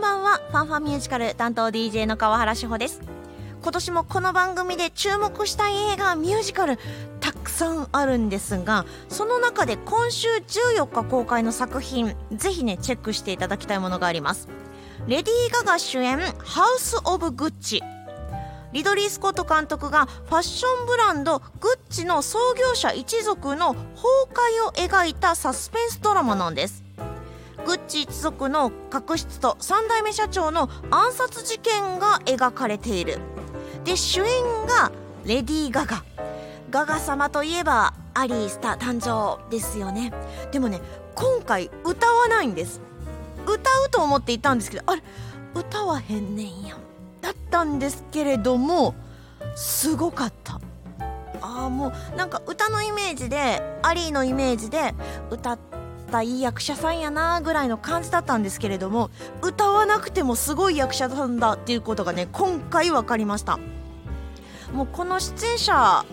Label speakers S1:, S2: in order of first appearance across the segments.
S1: ばんはファンファンミュージカル担当 DJ の川原志保です今年もこの番組で注目したい映画ミュージカルたくさんあるんですがその中で今週14日公開の作品ぜひねチェックしていただきたいものがありますレディー・ガガ主演「ハウス・オブ・グッチ」リドリー・スコット監督がファッションブランドグッチの創業者一族の崩壊を描いたサスペンスドラマなんですグッチ一族の確執と3代目社長の暗殺事件が描かれているで主演がレディー・ガガガガ様といえばアリースター誕生ですよねでもね今回歌わないんです歌うと思っていたんですけどあれ歌わへんねんやんだったんですけれどもすごかったあーもうなんか歌のイメージでアリーのイメージで歌ったいい役者さんやなぐらいの感じだったんですけれども歌わなくてもすごい役者さんだっていうことがね今回分かりましたもうこの出演者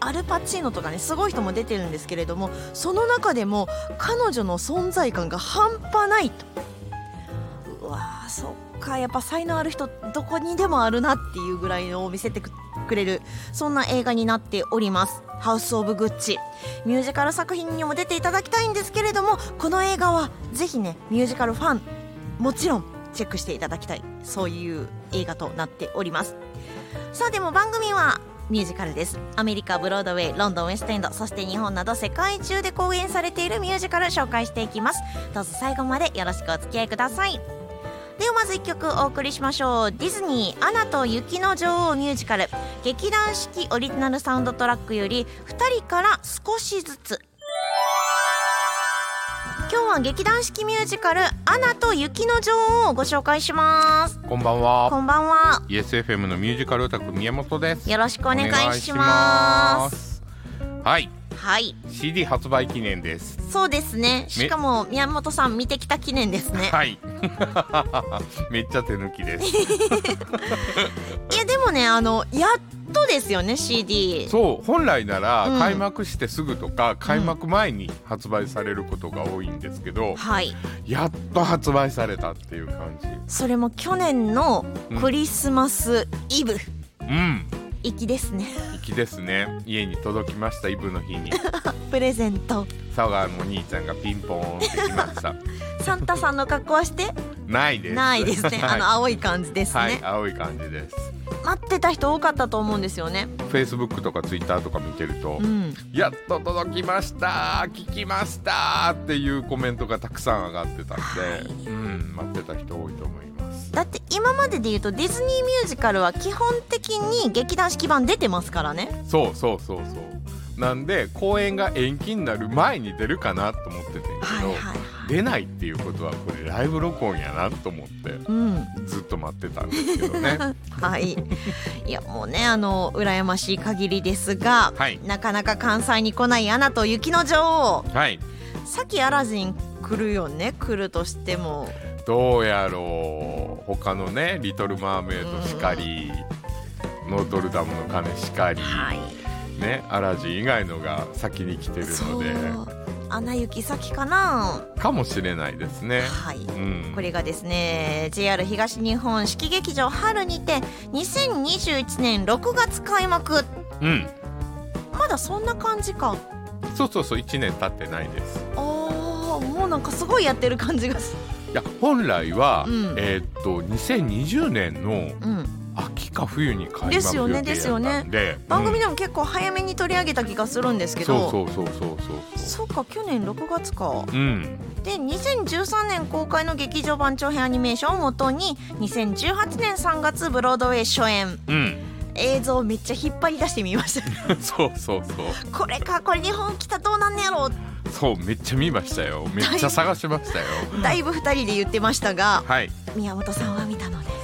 S1: アルパチーノとかねすごい人も出てるんですけれどもその中でも彼女の存在感が半端ないとうわーそっかやっぱ才能ある人どこにでもあるなっていうぐらいのを見せてくれるそんな映画になっております「ハウス・オブ・グッチ」ミュージカル作品にも出ていただきたいんですけれどもこの映画はぜひねミュージカルファンもちろんチェックしていただきたいそういう映画となっておりますさあでも番組はミュージカルですアメリカブロードウェイロンドンウェストエンドそして日本など世界中で公演されているミュージカル紹介していきますどうぞ最後までよろしくお付き合いくださいではまず1曲お送りしましょうディズニー「アナと雪の女王」ミュージカル劇団四季オリジナルサウンドトラックより「2人から少しずつ」今日は劇団四季ミュージカル「アナと雪の女王」をご紹介します
S2: こんばん
S1: こ
S2: は。
S1: んばんは
S2: ESFM のミュージカルオタク宮本です。
S1: よろしくお願いし
S2: お願
S1: ま
S2: いし
S1: す
S2: す。はい、
S1: はい
S2: CD 発売記念です。
S1: そうですねしかも宮本さん見てきた記念ですね
S2: はい。 めっちゃ手抜きです。
S1: いやでもねあのやっとですよね CD
S2: そう、本来なら
S1: うん
S2: 開幕してすぐとか開幕前に発売されることが多いんですけど、
S1: はい
S2: やっと発売されたっていう感じ。
S1: それも去年のクリスマスイブ
S2: うん、
S1: 行きですね
S2: 粋ですね。家に届きましたイブの 日に。
S1: プレゼント
S2: 佐川のお兄ちゃんがピンポーンってきました。
S1: サンタさんの格好はして
S2: ないです。
S1: ないです ね
S2: は
S1: あ
S2: い
S1: の青い感じですね、
S2: はい、青い感じです。
S1: 待ってた人多かったと思うんですよね
S2: Facebook とか Twitter とか見てると、
S1: うん
S2: やっと届きました聞きましたっていうコメントがたくさん上がってたんで、うん、待ってた人多いと思います。
S1: だって今までで言うとディズニーミュージカルは基本的に劇団四季版出てますからね
S2: そうそうそうそう。なんで公演が延期になる前に出るかなと思っててんけど、
S1: はいはいはい
S2: 出ないっていうことはこれライブ録音やなと思って
S1: うん
S2: ずっと待ってたんですけ どね。
S1: はい、いやもうねあの羨ましい限りですが、
S2: はい
S1: なかなか関西に来ないアナと雪の女王
S2: はい。
S1: さっきアラジン来るよね来るとしても
S2: どうやろう他のね「リトル・マーメイド」しかり、ノートルダムの鐘しかり、
S1: はい
S2: ね、アラジン以外のが先に来てる
S1: そ
S2: の
S1: う
S2: で
S1: アナ雪先かな、
S2: かもしれないですね。
S1: はい
S2: うん
S1: これがですね JR 東日本式劇場春にて2021年6月開幕
S2: うん、
S1: まだそんな感じか
S2: そうそうそう1年経ってないです。
S1: あーもうなんかすごいやってる感じがす
S2: いや本来は、
S1: うん
S2: えーっと2020年の
S1: うん、
S2: 秋か冬に開幕
S1: ですよね
S2: 予定
S1: ですよね
S2: やったんで
S1: 番組
S2: だ
S1: でも結構早めに取り上げた気がするんですけど、
S2: そうそうそうそうそうそ
S1: そうか去年6月か
S2: う。うん、
S1: で2013年公開の劇場版長編アニメーションをもとに2018年3月ブロードウェイ初演
S2: うん、
S1: 映像をめっちゃ引っ張り出してみました
S2: そうそうそう
S1: これかこれ日本来たどうなんねやろ
S2: そうめっちゃ見ましたよめっちゃ探しましたよ
S1: だいぶ2人で言ってましたが
S2: はい
S1: 宮本さんは見たのです、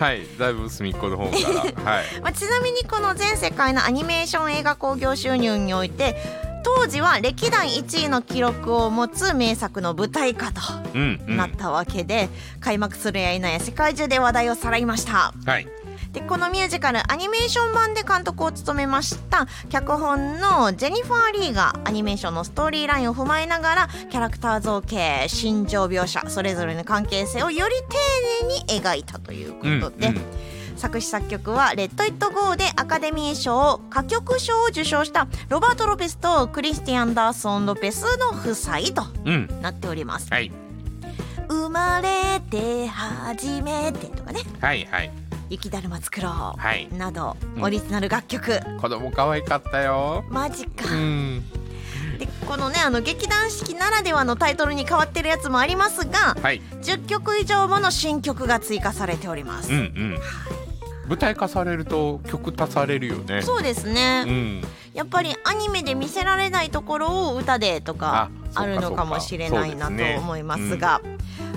S2: はいだいぶ隅っこの方から はい
S1: まあ、ちなみにこの全世界のアニメーション映画興行収入において当時は歴代1位の記録を持つ名作の舞台化と
S2: うん、うん、
S1: なったわけで、開幕するや否や世界中で話題をさらいました
S2: はい
S1: でこのミュージカルアニメーション版で監督を務めました脚本のジェニファー・リーがアニメーションのストーリーラインを踏まえながらキャラクター造形心情描写それぞれの関係性をより丁寧に描いたということで。
S2: うんうん
S1: 作詞作曲は「レッド・イット・ゴー」でアカデミー賞歌曲賞を受賞したロバート・ロペスとクリスティアン・ダーソン・ロペスの夫妻と
S2: うん
S1: なっております。
S2: はい
S1: 生まれて初めてとかね
S2: はいはい
S1: 「雪だるま作ろう」
S2: はい
S1: など
S2: うん
S1: オリジナル楽曲、
S2: 子供可愛かったよ
S1: マジか
S2: うん
S1: でこのねあの劇団四季ならではのタイトルに変わってるやつもありますが
S2: はい
S1: 10曲以上もの新曲が追加されております、
S2: うんうん舞台化されると曲足されるよね
S1: そうですね、
S2: うん
S1: やっぱりアニメで見せられないところを歌でとか
S2: あそうか
S1: あるのかもしれないな
S2: そう
S1: と
S2: かそうですね
S1: 思いますが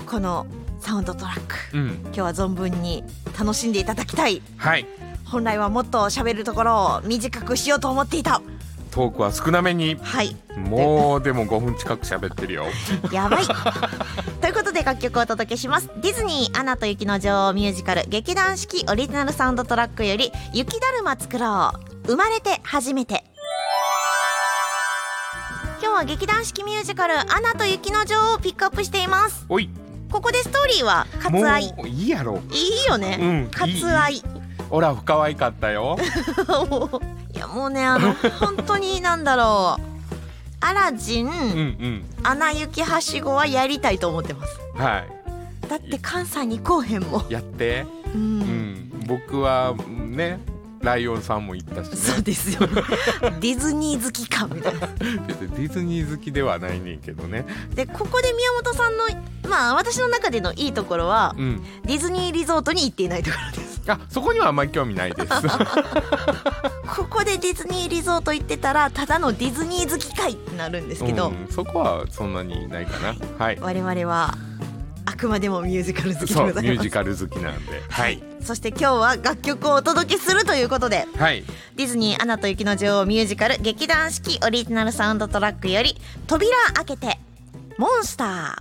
S1: このサウンドトラック
S2: うん
S1: 今日は存分に楽しんでいただきたい
S2: はい
S1: 本来はもっと喋るところを短くしようと思っていた
S2: トークは少なめに
S1: はい
S2: もうでも5分近く喋ってるよ
S1: やばい ということで楽曲をお届けしますディズニー「アナと雪の女王」ミュージカル劇団四季オリジナルサウンドトラックより「雪だるま作ろう」生まれて初めて今日は劇団四季ミュージカル「アナと雪の女王」をピックアップしています
S2: おい
S1: ここでストーリーは
S2: も
S1: 割愛いう
S2: いいやろ
S1: いよね、
S2: うん
S1: 割愛
S2: オラフ可愛かったよ
S1: もういやもうねあ の本当になんだろうアラジン、
S2: うんうん
S1: アナ雪はしごはやりたいと思ってます
S2: は
S1: だって関西に行こうへんもん
S2: いやって
S1: うん
S2: うん僕はねライオンさんも行ったし
S1: そう
S2: ね
S1: です よディズニー好き感みたいな
S2: 別にディズニー好きではないねんけどね
S1: でここで宮本さんのまあ私の中でのいいところは
S2: うん
S1: ディズニーリゾートに行っていないところです
S2: あそこにはあんまり興味ない です
S1: ここでディズニーリゾート行ってたらただのディズニー好き会ってなるんですけど、
S2: うん、そこはそんなにないかなはい
S1: 我々はあくまでもミュージカル好きで
S2: そ
S1: ご
S2: うミ
S1: ざ
S2: ュ
S1: い
S2: ー
S1: ます
S2: ジカル好きなんではい
S1: そして今日は楽曲をお届けするということで
S2: はい
S1: ディズニー「アナと雪の女王」ミュージカル劇団四季オリジナルサウンドトラックより「扉開けてモンスター」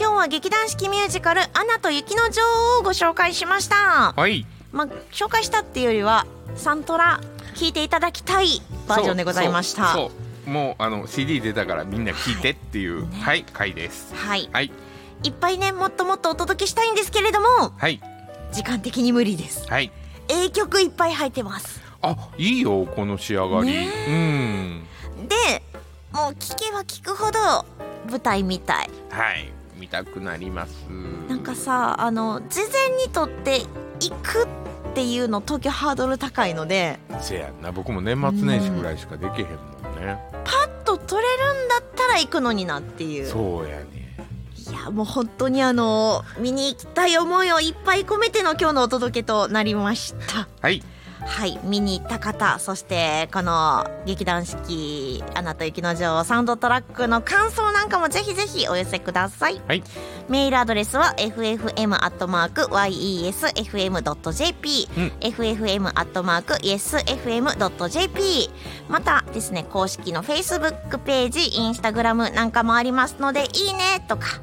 S1: 今日は劇団四季ミュージカル「アナと雪の女王」をご紹介しました、
S2: はい
S1: まあ、紹介したっていうよりはサントラ聴いていただきたいバージョンでございました
S2: そうそうそうもうあの CD 出たからみんな聞いてっていうはい、回です
S1: はい
S2: はい
S1: いっぱいねもっともっとお届けしたいんですけれども
S2: はい
S1: 時間的に無理です
S2: はい
S1: ええ曲いっぱい入ってます
S2: あいいよこの仕上がり、
S1: ね
S2: うん
S1: でもう聴けば聴くほど舞台みたい
S2: はい見たくなります
S1: なんかさあの事前にとって行くっていうの東京ハードル高いので
S2: せやんな僕も年末年始ぐらいしかできへんもんね、
S1: パッと取れるんだったら行くのになっていう
S2: そうやね
S1: いやもう本当にあの見に行きたい思いをいっぱい込めての今日のお届けとなりました
S2: はい
S1: はい見に行った方そしてこの劇団四季「アナと雪の女王」サウンドトラックの感想なんかもぜひぜひお寄せください
S2: はい
S1: メールアドレスは ffm.yesfm.jp、
S2: うん
S1: ffm.yesfm.jp またですね公式の Facebook ページ Instagram なんかもありますのでいいねとか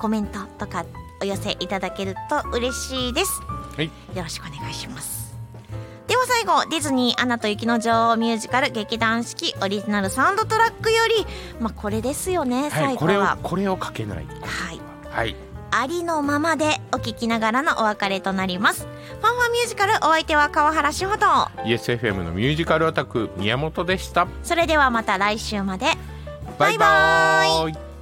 S1: コメントとかお寄せいただけると嬉しいです
S2: はい
S1: よろしくお願いしますでは最後ディズニー「アナと雪の女王」ミュージカル劇団四季オリジナルサウンドトラックよりまあこれですよね、
S2: は
S1: 最
S2: い
S1: 後
S2: これを
S1: は。
S2: これをかけない
S1: はい
S2: はい
S1: ありのままでお聞きながらのお別れとなりますファンファンミュージカルお相手は川原志保と
S2: ESFM のミュージカルオタク宮本でした
S1: それではまた来週まで
S2: バイバ
S1: バイ
S2: ーイ